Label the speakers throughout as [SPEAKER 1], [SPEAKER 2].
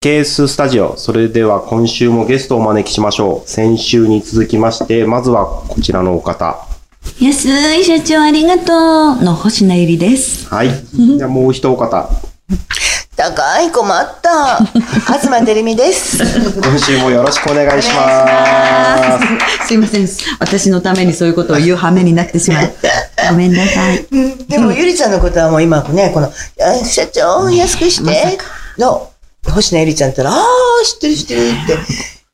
[SPEAKER 1] KS スタジオ。それでは今週もゲストをお招きしましょう。先週に続きまして、まずはこちらのお方。
[SPEAKER 2] 安い社長ありがとうの星名ゆりです。
[SPEAKER 1] はい。じゃあもう一お方。
[SPEAKER 3] 高い困った。東照美です。
[SPEAKER 1] 今週もよろしくお願いします。
[SPEAKER 2] すいません。私のためにそういうことを言う羽目になってしまって。 ごめんなさ い。
[SPEAKER 3] でも、ゆりちゃんのことはもう今ね、この、あ社長、安くして、の、星野ゆりちゃんったら、ああ、知ってる知ってるって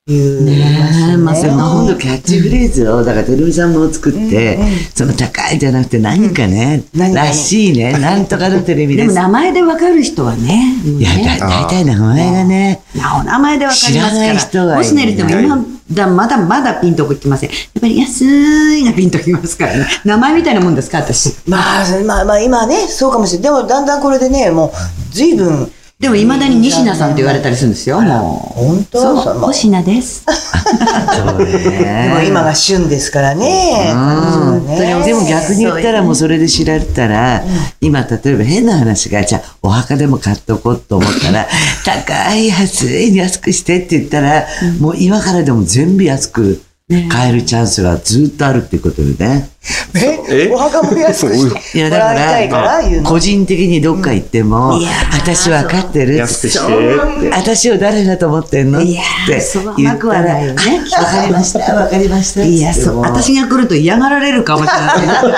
[SPEAKER 3] 言う。
[SPEAKER 4] ねえ、まあ、その本当キャッチフレーズを、だから、てるみさんも作って、その高いじゃなくて、何かね、
[SPEAKER 3] 何々
[SPEAKER 4] らしいね、なんとかのテレビ
[SPEAKER 2] で
[SPEAKER 4] で
[SPEAKER 2] も
[SPEAKER 4] す。
[SPEAKER 2] 名前でわかる人はね、もう
[SPEAKER 4] いや、
[SPEAKER 2] ね
[SPEAKER 4] だ大体名前がね、
[SPEAKER 2] なお名前でわかりますから。
[SPEAKER 4] 知らない人はいない
[SPEAKER 2] 星名ゆりでも今だ、まだまだピンとこきません。やっぱり安いがピンときますからね。名前みたいなもんですか、私。
[SPEAKER 3] まあ、それまあ、まあ、今ね、そうかもしれない。でも、だんだんこれでね、もう、ずいぶん、
[SPEAKER 2] でも未だに西名さんって言われたりするんですよ、も
[SPEAKER 3] 本
[SPEAKER 2] う。
[SPEAKER 3] 当
[SPEAKER 2] そう、
[SPEAKER 3] その
[SPEAKER 2] 星名です。
[SPEAKER 4] そうね
[SPEAKER 3] でも今が旬ですからね。そうね
[SPEAKER 4] でも逆に言ったらもうそれで知られたら、今例えば変な話が、じゃあお墓でも買っとこうと思ったら、高い、安い、安くしてって言ったら、もう今からでも全部安く買えるチャンスはずっとあるってことでね。
[SPEAKER 3] えお墓も安くして、
[SPEAKER 4] いや
[SPEAKER 3] も
[SPEAKER 4] だ
[SPEAKER 3] ら
[SPEAKER 4] か
[SPEAKER 3] いたいから言う
[SPEAKER 4] ら、
[SPEAKER 3] の。
[SPEAKER 4] 個人的にどっか行っても、
[SPEAKER 2] いやー
[SPEAKER 4] 私分かってるっ
[SPEAKER 1] 安く
[SPEAKER 4] つ
[SPEAKER 1] し
[SPEAKER 4] って
[SPEAKER 1] て。
[SPEAKER 4] 私を誰だと思ってんのっ
[SPEAKER 2] いやー
[SPEAKER 4] て
[SPEAKER 2] そう
[SPEAKER 4] 言
[SPEAKER 2] 甘
[SPEAKER 4] っ
[SPEAKER 2] くは
[SPEAKER 4] たら、
[SPEAKER 2] ないよね
[SPEAKER 4] あわかりました、わかりました。
[SPEAKER 2] いや、そう。
[SPEAKER 4] つっても
[SPEAKER 2] 私が来ると嫌がられるかもし れ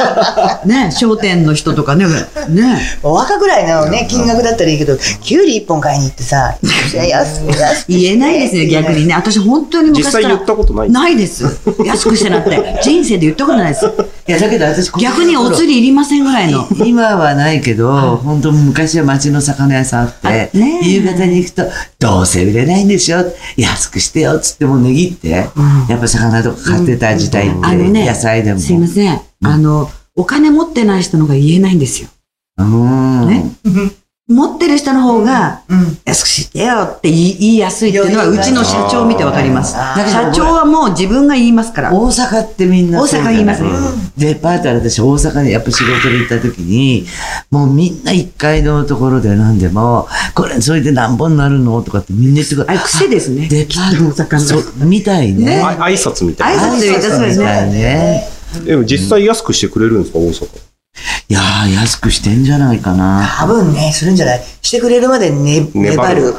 [SPEAKER 2] ない。ね、商店の人と かね、ね。
[SPEAKER 3] お墓ぐらいのね、金額だったらいいけど、キュウリ一本買いに行ってさ、いや安い安い
[SPEAKER 2] 言えないですね、逆にね。私、本当に昔から。
[SPEAKER 1] 実際言ったことない
[SPEAKER 2] ないです。安くしてなん て。人生で言ったことないです。
[SPEAKER 4] いやだけど私この頃
[SPEAKER 2] 逆にお釣りいりませんぐらいの。
[SPEAKER 4] 今はないけど、本当昔は町の魚屋さんあって、
[SPEAKER 2] あねえ
[SPEAKER 4] 夕方に行くと、どうせ売れないんでしょ安くしてよっつってもう値切って、やっぱ魚とか買ってた時代って、
[SPEAKER 2] あのね、
[SPEAKER 4] 野菜でも。
[SPEAKER 2] すいません。あの、お金持ってない人の方が言えないんですよ。
[SPEAKER 4] うん。
[SPEAKER 2] ね持ってる人の方が、安くしてよって言い言いやすいっていうのは、う
[SPEAKER 3] 余裕が
[SPEAKER 2] ちの社長を見てわかります。
[SPEAKER 3] あ
[SPEAKER 4] ー
[SPEAKER 2] 社長はもう自分が言いますから。
[SPEAKER 4] 大阪ってみんなそうだね
[SPEAKER 2] 大阪言いますね
[SPEAKER 4] デパートは私大阪にやっぱ仕事で行った時に、もうみんな一階のところで何でも、これそれで何本になるのとかってみんな言ってくる
[SPEAKER 2] あれ癖ですね。
[SPEAKER 4] デパ
[SPEAKER 2] きっと大
[SPEAKER 4] ー
[SPEAKER 2] 阪
[SPEAKER 4] ト、
[SPEAKER 2] の
[SPEAKER 4] そう、みたいね。
[SPEAKER 1] あ挨拶みたい
[SPEAKER 2] 挨
[SPEAKER 1] な。
[SPEAKER 2] 拶で言ったそうです
[SPEAKER 4] み
[SPEAKER 2] ね。
[SPEAKER 4] たいね。
[SPEAKER 1] でも実際安くしてくれるんですか、大阪。
[SPEAKER 4] いやー、安くしてんじゃないかな。
[SPEAKER 3] 多分ね、するんじゃないしてくれるまでね、
[SPEAKER 1] 粘
[SPEAKER 3] 粘
[SPEAKER 1] る
[SPEAKER 3] る。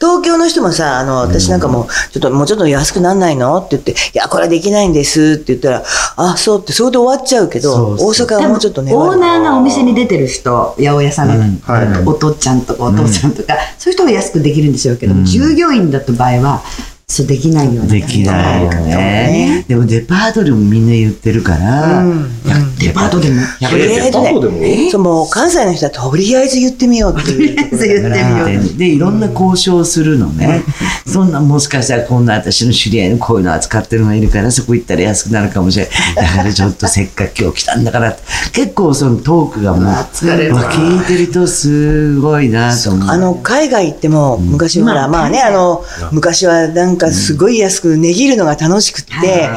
[SPEAKER 3] 東京の人もさ、あの、私なんかも、ちょっと、もうちょっと安くなんないのって言って、いや、これはできないんですって言ったら、あ、そうって、それで終わっちゃうけど、
[SPEAKER 4] そうそ
[SPEAKER 3] 大阪はもうちょっと
[SPEAKER 2] オ
[SPEAKER 3] ね、
[SPEAKER 2] ーナーがお店に出てる人、八百屋さんの、
[SPEAKER 1] はい
[SPEAKER 2] お父ちゃんとかお父ちゃんとか、そういう人は安くできるんでしょうけど、従業員だった場合は、そうできないような。
[SPEAKER 4] できないよね。でもデパートでもみんな言ってるから、いやデパートでも。
[SPEAKER 1] え
[SPEAKER 4] や
[SPEAKER 3] えー
[SPEAKER 1] デパートでも
[SPEAKER 3] えそう、もう関西の人はとりあえず言ってみようっていうところだから。
[SPEAKER 2] とりあえず言ってみよう
[SPEAKER 4] で、いろんな交渉するのね。そんな、もしかしたらこんな私の知り合いのこういうの扱ってるのがいるから、そこ行ったら安くなるかもしれない。だからちょっとせっかく今日来たんだからって、結構そのトークがもう、聞いてるとすごいなと思う。
[SPEAKER 3] あの、海外行っても、昔ほら、まあね、あの、昔はなんかすごい安く値切るのが楽しくって、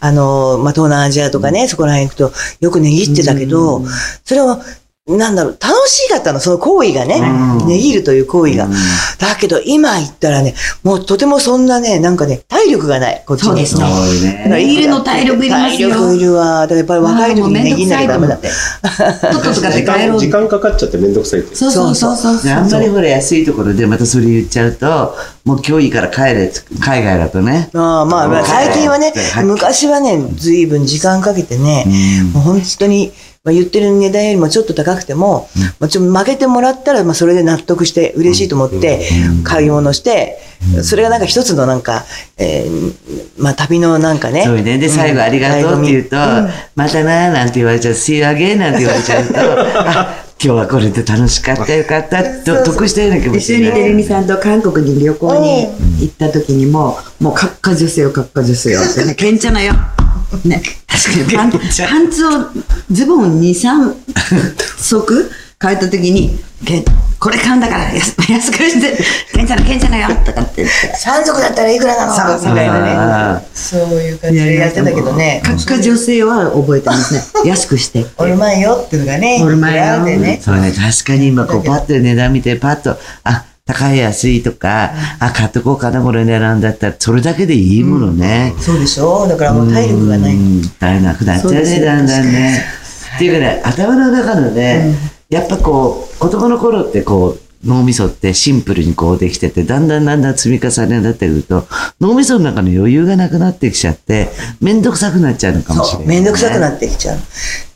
[SPEAKER 3] あの、まあ、東南アジアとかね、そこら辺行くと、よく値切ってたけど、それは、なんだろう、楽しかったの、その行為がね、値切るという行為が。だけど、今行ったらね、もうとてもそんなね、なんかね、体力がない、こっちに。
[SPEAKER 2] そうですね。
[SPEAKER 4] そうね。
[SPEAKER 2] ネギルの体力いりますよ
[SPEAKER 3] 体力いるわ。だからやっぱり若い時に値切んなきゃダメだ。
[SPEAKER 2] ちょっととかで
[SPEAKER 1] 時
[SPEAKER 2] 帰ろ
[SPEAKER 1] 間
[SPEAKER 2] う。
[SPEAKER 1] 時間かかっちゃってめんどくさいって。
[SPEAKER 2] そうそうそうそう。
[SPEAKER 4] であんまりほら安いところでまたそれ言っちゃうと、もう今日いいから帰れ、海外だとね。
[SPEAKER 3] ああまあまあ、最近はね
[SPEAKER 4] はい、
[SPEAKER 3] 昔はね、ずいぶん時間かけてね、もう本当に、まあ、言ってる値段よりもちょっと高くても、まあ、ちょっと負けてもらったら、まあ、それで納得して嬉しいと思って、買い物して、それがなんか一つのなんか、えーまあ、旅のなんかね。
[SPEAKER 4] そうね。で、最後ありがとうって言うと、またなーなんて言われちゃう、See you again なんて言われちゃうと、あ、今日はこれで楽しかったよかった、と得したような気持
[SPEAKER 2] 一緒
[SPEAKER 4] ち
[SPEAKER 2] に
[SPEAKER 4] ね。
[SPEAKER 2] てるみさんと韓国に旅行に行った時にも、もう、かっか女性よ、かっか女性よ ってね、けんちゃなよ。ね、確かにパン
[SPEAKER 4] ちゃ
[SPEAKER 2] パンツを、ズボン2、3足変えた時に、けんこれ買うんだから安安くして、けんちゃな、けんちゃなよとかって言って。
[SPEAKER 3] 山賊だったらいくらなのみたいな
[SPEAKER 4] あ
[SPEAKER 3] ね。そういう感じでやってたけどね。
[SPEAKER 2] かっか女性は覚えてますね。安くして。
[SPEAKER 3] オルマンよっていうのがね、
[SPEAKER 2] オルマンよ
[SPEAKER 3] いくらで
[SPEAKER 4] ー
[SPEAKER 3] ね。
[SPEAKER 4] そうね。確かに今、こう、パッと値段見て、パッと、あ、高い安いとか、あ、買っとこうかな、これ狙うんだったら、それだけでいいものね。
[SPEAKER 3] そうでしょだからもう体力がない。
[SPEAKER 4] うん体力なくなっちゃうね、だんだんね。っていうかね、頭の中のね、やっぱこう、子供の頃ってこう、脳みそってシンプルにこうできてて、だんだんだんだん積み重ねになってくると、脳みその中の余裕がなくなってきちゃって、めんどくさくなっちゃうのかもしれ
[SPEAKER 3] そ
[SPEAKER 4] な
[SPEAKER 3] う、
[SPEAKER 4] い、
[SPEAKER 3] めんどくさくなってきちゃう。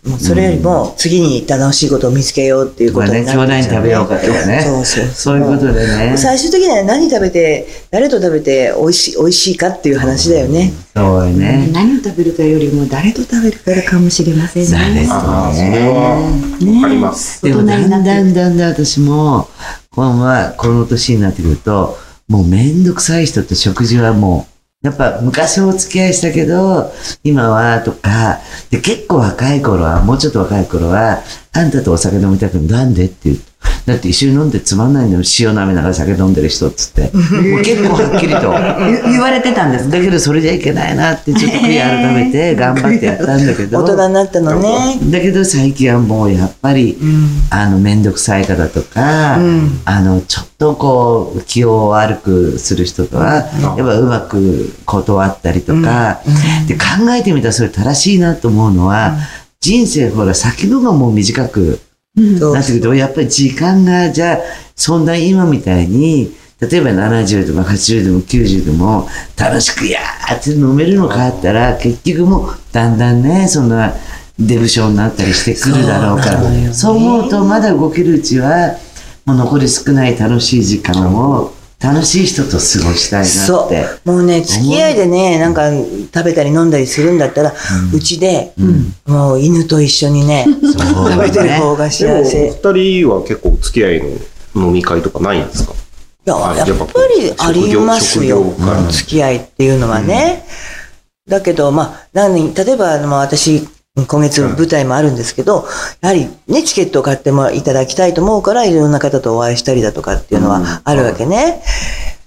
[SPEAKER 3] もうそれよりも、次に楽しいことを見つけようっていうことになっ
[SPEAKER 4] ま
[SPEAKER 3] ちゃ
[SPEAKER 4] あ
[SPEAKER 3] う、
[SPEAKER 4] ね今日何食べようかとかね
[SPEAKER 3] そうそう
[SPEAKER 4] そういうことでね
[SPEAKER 3] 最終的には何食べて、誰と食べて美味しい、美味しいかっていう話だよね。
[SPEAKER 4] そうよね。
[SPEAKER 2] 何を食べるかよりも誰と食べるかかもしれません
[SPEAKER 4] そうで
[SPEAKER 2] ね
[SPEAKER 4] す。
[SPEAKER 1] ああ、それは、
[SPEAKER 2] ね
[SPEAKER 1] わかります。
[SPEAKER 4] で
[SPEAKER 2] 大
[SPEAKER 4] も
[SPEAKER 2] 人
[SPEAKER 4] だん
[SPEAKER 2] にな
[SPEAKER 4] だ
[SPEAKER 2] っ
[SPEAKER 4] ん
[SPEAKER 2] て
[SPEAKER 4] だんだん私も、このままこの年になってくると、もうめんどくさい人と食事はもう、やっぱ昔お付き合いしたけど、今はとか、で結構若い頃は、もうちょっと若い頃は、あんたとお酒飲みたくなんでって言う。だって一緒に飲んでつまんないのに塩舐めながら酒飲んでる人っつって。もう結構はっきりと。
[SPEAKER 2] 言言われてたんです
[SPEAKER 4] だけどそれじゃいけないなってちょっと悔い改めて頑張ってやったんだけど。
[SPEAKER 3] 大人になったのね。
[SPEAKER 4] だけど最近はもうやっぱり、あの面倒くさい方とか、あのちょっとこう気を悪くする人とは、やっぱうまく断ったりとか、で考えてみたらそれ正しいなと思うのは、人生ほら先のがもう短く
[SPEAKER 3] そう
[SPEAKER 4] なってくるとやっぱり時間がじゃあそんな今みたいに例えば70でも80でも90でも楽しくやーって飲めるのかあったら結局もうだんだんねそんなデブ症になったりしてくるだろうからそう,、思うとまだ動けるうちはもう残り少ない楽しい時間を楽しい人と過ごしたいなっ
[SPEAKER 3] そ
[SPEAKER 4] て。
[SPEAKER 3] う。もうね、付き合いでね、なんか食べたり飲んだりするんだったら、うちで、もう犬と一緒に ね、
[SPEAKER 4] そう
[SPEAKER 3] 食べてる方が
[SPEAKER 1] でも、
[SPEAKER 3] 幸せ。い
[SPEAKER 1] お二人は結構お付き合いの飲み会とかないんですか
[SPEAKER 3] や、
[SPEAKER 1] あ
[SPEAKER 3] やっぱりありますよ。
[SPEAKER 1] 職業職業から
[SPEAKER 3] 付き合いっていうのはね。だけど、まあ、何、例えば、あの私、今月舞台もあるんですけど、やはりね、チケットを買ってもいただきたいと思うから、いろんな方とお会いしたりだとかっていうのはあるわけね。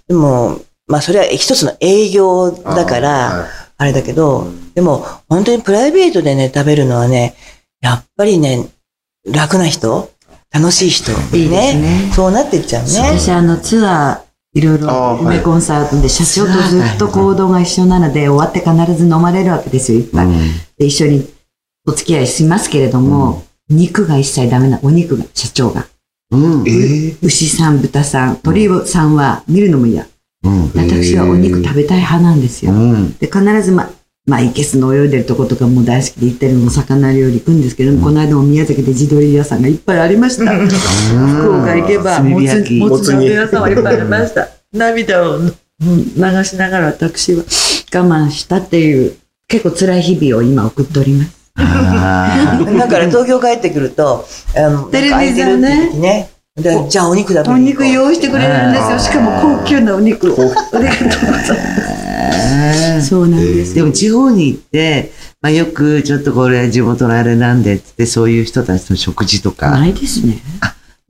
[SPEAKER 3] でも、まあ、それは一つの営業だか
[SPEAKER 1] あー
[SPEAKER 3] ら
[SPEAKER 1] はい、
[SPEAKER 3] あれだけど、でも、本当にプライベートでね、食べるのはね、やっぱりね、楽な人楽しい人
[SPEAKER 2] いいですね
[SPEAKER 3] そうなってっちゃうね。
[SPEAKER 2] 私あのツアーいろい
[SPEAKER 1] あ
[SPEAKER 2] ろ
[SPEAKER 1] ーはい
[SPEAKER 2] 梅コンサートで社長とずっと行動が一緒なので終わって必ず飲まれるわけですよいっぱい、で一緒にお付き合いしますけれども、肉が一切ダメなお肉が社長が
[SPEAKER 4] うんうん
[SPEAKER 1] え
[SPEAKER 2] 牛さん豚さん鳥さんは見るのも嫌
[SPEAKER 4] うん
[SPEAKER 2] 私はお肉食べたい派なんです
[SPEAKER 4] う
[SPEAKER 2] よ、
[SPEAKER 4] ん
[SPEAKER 2] で必ずままあ、イケスの泳いでるとことかも大好きで行ったりも魚料理行くんですけど、この間も宮崎で地鶏屋さんがいっぱいありました。 福岡行けば
[SPEAKER 4] 炭
[SPEAKER 2] も
[SPEAKER 4] 火
[SPEAKER 2] つ
[SPEAKER 4] 焼き
[SPEAKER 2] もつ鍋屋さんはいっぱいありました涙をうん流しながら私は我慢したっていう結構辛い日々を今送っております
[SPEAKER 4] あ ー
[SPEAKER 3] だから東京帰ってくると、あの、
[SPEAKER 2] テレビ
[SPEAKER 3] なんか空いてるって時ね。でじゃあお肉だ
[SPEAKER 2] お肉用意してくれるんですよしかも高級なお肉をありがとうござい
[SPEAKER 4] えー
[SPEAKER 2] ますそうなんです
[SPEAKER 4] でも地方に行って、まあ、よくちょっとこれ地元のあれなんでってってそういう人たちの食事とか、
[SPEAKER 2] ないですね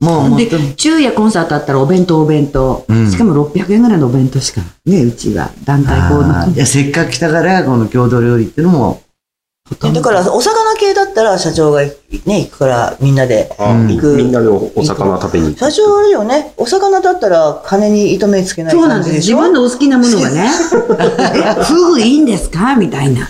[SPEAKER 4] もうもっと
[SPEAKER 2] で昼夜コンサートあったらお弁当お弁当、
[SPEAKER 4] うん
[SPEAKER 2] しかも600円ぐらいのお弁当しかねうちは団体行
[SPEAKER 4] あ
[SPEAKER 2] 動
[SPEAKER 4] ーいやせっかく来たからこの郷土料理っていうのも
[SPEAKER 3] だから、お魚系だったら社長がね、行くからみんなで。
[SPEAKER 1] あ
[SPEAKER 4] うん
[SPEAKER 1] みみんなでおお魚食べに行く
[SPEAKER 3] 社長あれよね、お魚だったら金に糸目つけない
[SPEAKER 2] そうなん
[SPEAKER 3] 感
[SPEAKER 2] です
[SPEAKER 3] じでし
[SPEAKER 2] 自
[SPEAKER 3] ょ
[SPEAKER 2] 分のお好きなものが ねえフグいいんですかみたいな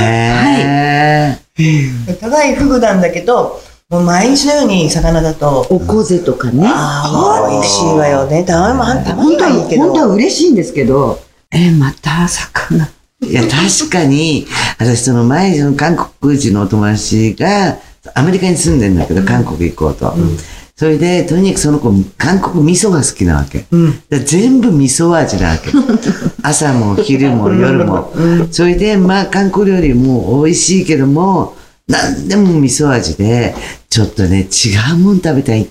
[SPEAKER 4] へえ、
[SPEAKER 3] 高いフグなんだけど、もう毎日のように魚だと、
[SPEAKER 2] おこぜとかね
[SPEAKER 3] ああ、美味しいわよね。たまに、たま
[SPEAKER 2] 本
[SPEAKER 3] に
[SPEAKER 2] 当は、
[SPEAKER 3] はいいけど。
[SPEAKER 2] 本当は嬉しいんですけど、えーまた魚。
[SPEAKER 4] い、や確かに私その前その韓国人のお友達がアメリカに住んでんだけど韓国行こうと、それでとにかくその子韓国味噌が好きなわけ、
[SPEAKER 3] うん。
[SPEAKER 4] で全部味噌味なわ け朝も昼も夜も、それでまあ韓国料理も美味しいけども何でも味噌味でちょっとね違うもん食べたい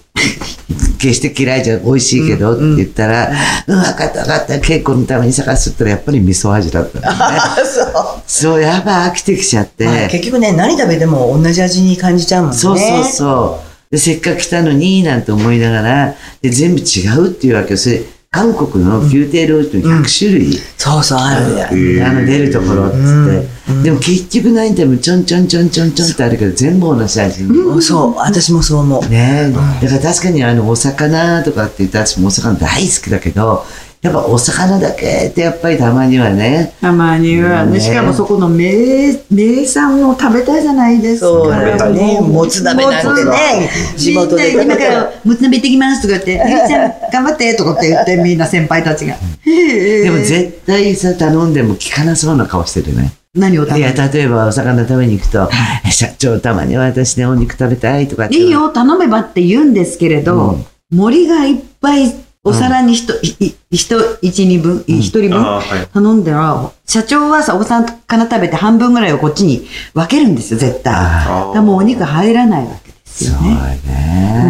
[SPEAKER 4] 決して嫌いじゃ美味しいけどって言ったら「うん、分かった分かった稽古のために探す」って言ったらやっぱり味噌味だったのね
[SPEAKER 3] あ そう。
[SPEAKER 4] そうやっぱ飽きてきちゃって、
[SPEAKER 3] まあ結局ね、何食べても同じ味に感じちゃうもんね。
[SPEAKER 4] そうそうそう。で、せっかく来たのに、なんて思いながら、で、全部違うっていうわけよ。それ、韓国の宮廷料理店100種類、
[SPEAKER 3] そうそう、あるやん。
[SPEAKER 1] うん
[SPEAKER 4] あの出るところっつって、でも結局何でもちょんちょんちょんちょんちょんってあるけど全部同じ味に
[SPEAKER 3] そう、私もそう思う。
[SPEAKER 4] ねえ、だから確かにあのお魚とかって言ったら私もお魚大好きだけどやっぱお魚だけってやっぱりたまにはね
[SPEAKER 5] たまには
[SPEAKER 4] ね
[SPEAKER 5] ね、しかもそこの名名産を食べたいじゃないですか。
[SPEAKER 3] そうだね。もつ鍋なんてね、地
[SPEAKER 2] みんな
[SPEAKER 3] 元で食
[SPEAKER 2] 今か
[SPEAKER 3] べたら
[SPEAKER 2] ら、もつ鍋行ってきますとか言って、ゆきちゃん頑張ってとかって言って、みんな先輩たちが。で
[SPEAKER 4] でも絶対さ頼んでも効かなそうな顔してるね
[SPEAKER 2] 何を食
[SPEAKER 4] い
[SPEAKER 2] べ
[SPEAKER 4] や
[SPEAKER 2] る
[SPEAKER 4] 例えばお魚食べに行くと「え社長たまには私ねお肉食べたい」とかって
[SPEAKER 2] いいよ、頼めばって言うんですけれど、森がいっぱいお皿に人、いい人、一、二分、一人分
[SPEAKER 1] あーはい
[SPEAKER 2] 頼んだら、社長はさ、お魚食べて半分ぐらいをこっちに分けるんですよ、絶対。だか
[SPEAKER 1] あー
[SPEAKER 2] らもうお肉入らないわけですよ
[SPEAKER 4] そう
[SPEAKER 2] ね。うん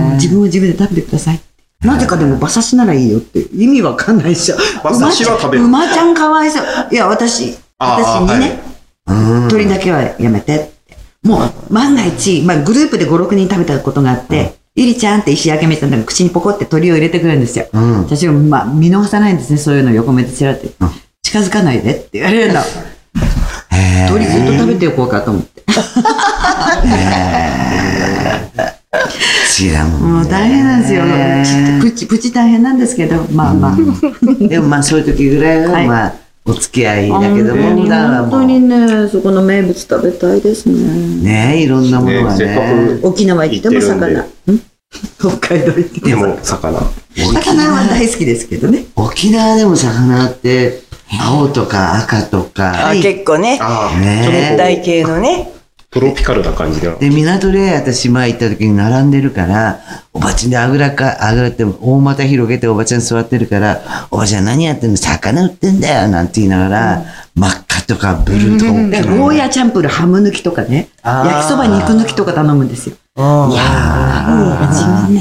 [SPEAKER 4] ね
[SPEAKER 2] 自分は自分で食べてください。なぜかでも馬刺しならいいよって意味わかんないでしょ。
[SPEAKER 1] 馬刺しは食べる
[SPEAKER 2] 馬ちゃん馬ちゃんかわいそう。いや、私、私
[SPEAKER 1] あー
[SPEAKER 2] にね、
[SPEAKER 4] うん
[SPEAKER 2] 鳥だけはやめてって。もう、万が一、まあ、グループで5、6人食べたことがあって、ゆりちゃんって石焼めちゃんでも口にポコって鳥を入れてくるんですよ。
[SPEAKER 4] うん
[SPEAKER 2] 私も、まあ、見逃さないんですね、そういうの横目でちらって。近づかないでって言われるの。
[SPEAKER 4] へ
[SPEAKER 2] 鳥ずっと食べておこうかと思って。
[SPEAKER 4] え違うもん
[SPEAKER 2] もう大変なんですよ。プチ、プチ大変なんですけど、まあまあ。
[SPEAKER 4] でもまあそういう時ぐらいは、
[SPEAKER 2] はい
[SPEAKER 4] まあお付き合いだけども普段は
[SPEAKER 5] 本
[SPEAKER 4] も
[SPEAKER 5] 当に
[SPEAKER 4] う
[SPEAKER 5] ね、そこの名物食べたいですね。
[SPEAKER 4] ねいろんなものが
[SPEAKER 1] ねせっか
[SPEAKER 4] ね
[SPEAKER 1] く
[SPEAKER 5] 沖縄行っても魚。
[SPEAKER 2] 北海道行って
[SPEAKER 1] でも魚
[SPEAKER 2] 魚は大好きですけどね。
[SPEAKER 4] 沖縄でも魚って青とか赤とか
[SPEAKER 3] あ結構ね、
[SPEAKER 1] ああ、
[SPEAKER 4] ねえ
[SPEAKER 1] ちょっと
[SPEAKER 3] 熱
[SPEAKER 1] こ
[SPEAKER 3] 帯系のね。
[SPEAKER 1] うトロピカルな感じが
[SPEAKER 4] で港で私前行った時に並んでるからおばちゃんであぐらかあぐらって大股広げておばちゃん座ってるから「おばちゃん何やってんの魚売ってんだよ」なんて言いながら、真っ赤とかブルーとか大きいの
[SPEAKER 2] ゴーヤチャンプルハム抜きとかね、
[SPEAKER 3] あー
[SPEAKER 2] 焼きそば肉抜きとか頼むんですよ。
[SPEAKER 3] うん
[SPEAKER 2] あね、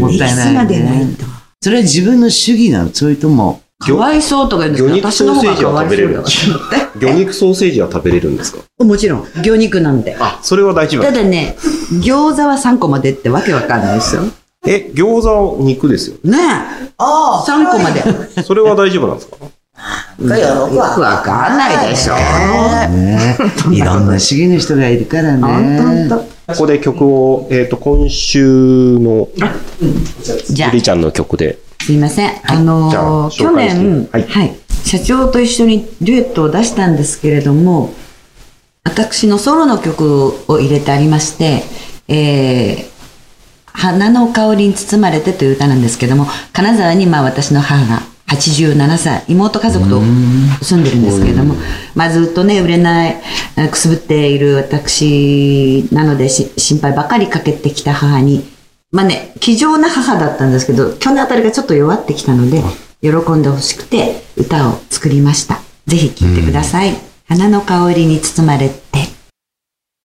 [SPEAKER 4] もっ
[SPEAKER 2] エキ
[SPEAKER 4] たいな
[SPEAKER 2] ス
[SPEAKER 4] い、
[SPEAKER 2] までないんだ。
[SPEAKER 4] それは自分の主義なのそれとも
[SPEAKER 2] かわいそうとか言うんですけ
[SPEAKER 1] 魚
[SPEAKER 2] ど、
[SPEAKER 1] 肉
[SPEAKER 2] 私の
[SPEAKER 1] ソーセー
[SPEAKER 2] 方が
[SPEAKER 1] ジ
[SPEAKER 2] か
[SPEAKER 1] は
[SPEAKER 2] わい
[SPEAKER 1] 食
[SPEAKER 2] そ
[SPEAKER 1] べれ
[SPEAKER 2] う
[SPEAKER 1] る
[SPEAKER 2] だ
[SPEAKER 1] ん
[SPEAKER 2] か
[SPEAKER 1] ですか魚肉ソーセージは食べれるんですから
[SPEAKER 2] 。もちろん、魚肉なんで。
[SPEAKER 1] あそれは大丈夫
[SPEAKER 2] ただね、餃子は3個までってわけわかんないですよ。ね
[SPEAKER 1] え餃子は肉ですよ
[SPEAKER 2] え、
[SPEAKER 3] あ
[SPEAKER 2] 3個まで。
[SPEAKER 1] それは大丈夫なんですか
[SPEAKER 3] あ、
[SPEAKER 2] よ
[SPEAKER 3] よ
[SPEAKER 2] くわかんないでしょ。
[SPEAKER 4] ねいろんな主義の人がいるから
[SPEAKER 2] 本
[SPEAKER 4] ね
[SPEAKER 2] 当本
[SPEAKER 1] ここで曲を、えっ、と、今週の
[SPEAKER 2] 当。じゃ
[SPEAKER 1] ゆ
[SPEAKER 2] あ
[SPEAKER 1] り、ちゃんの曲で。
[SPEAKER 2] すいません。あ
[SPEAKER 1] じゃあ
[SPEAKER 2] のー、去
[SPEAKER 1] 紹介して
[SPEAKER 2] 年、
[SPEAKER 1] は
[SPEAKER 2] はいい、社長と一緒にデュエットを出したんですけれども、私のソロの曲を入れてありまして、えー、花の香りに包まれてという歌なんですけども、金沢にまあ私の母が87歳、妹家族と住んでるんですけれども、まあずっとね、売れない、あくすぶっている私なのでし心配ばかりかけてきた母に、まあね、気丈な母だったんですけど、去年あたりがちょっと弱ってきたので、喜んでほしくて歌を作りました。ぜひ聴いてください。花の香りに包まれて。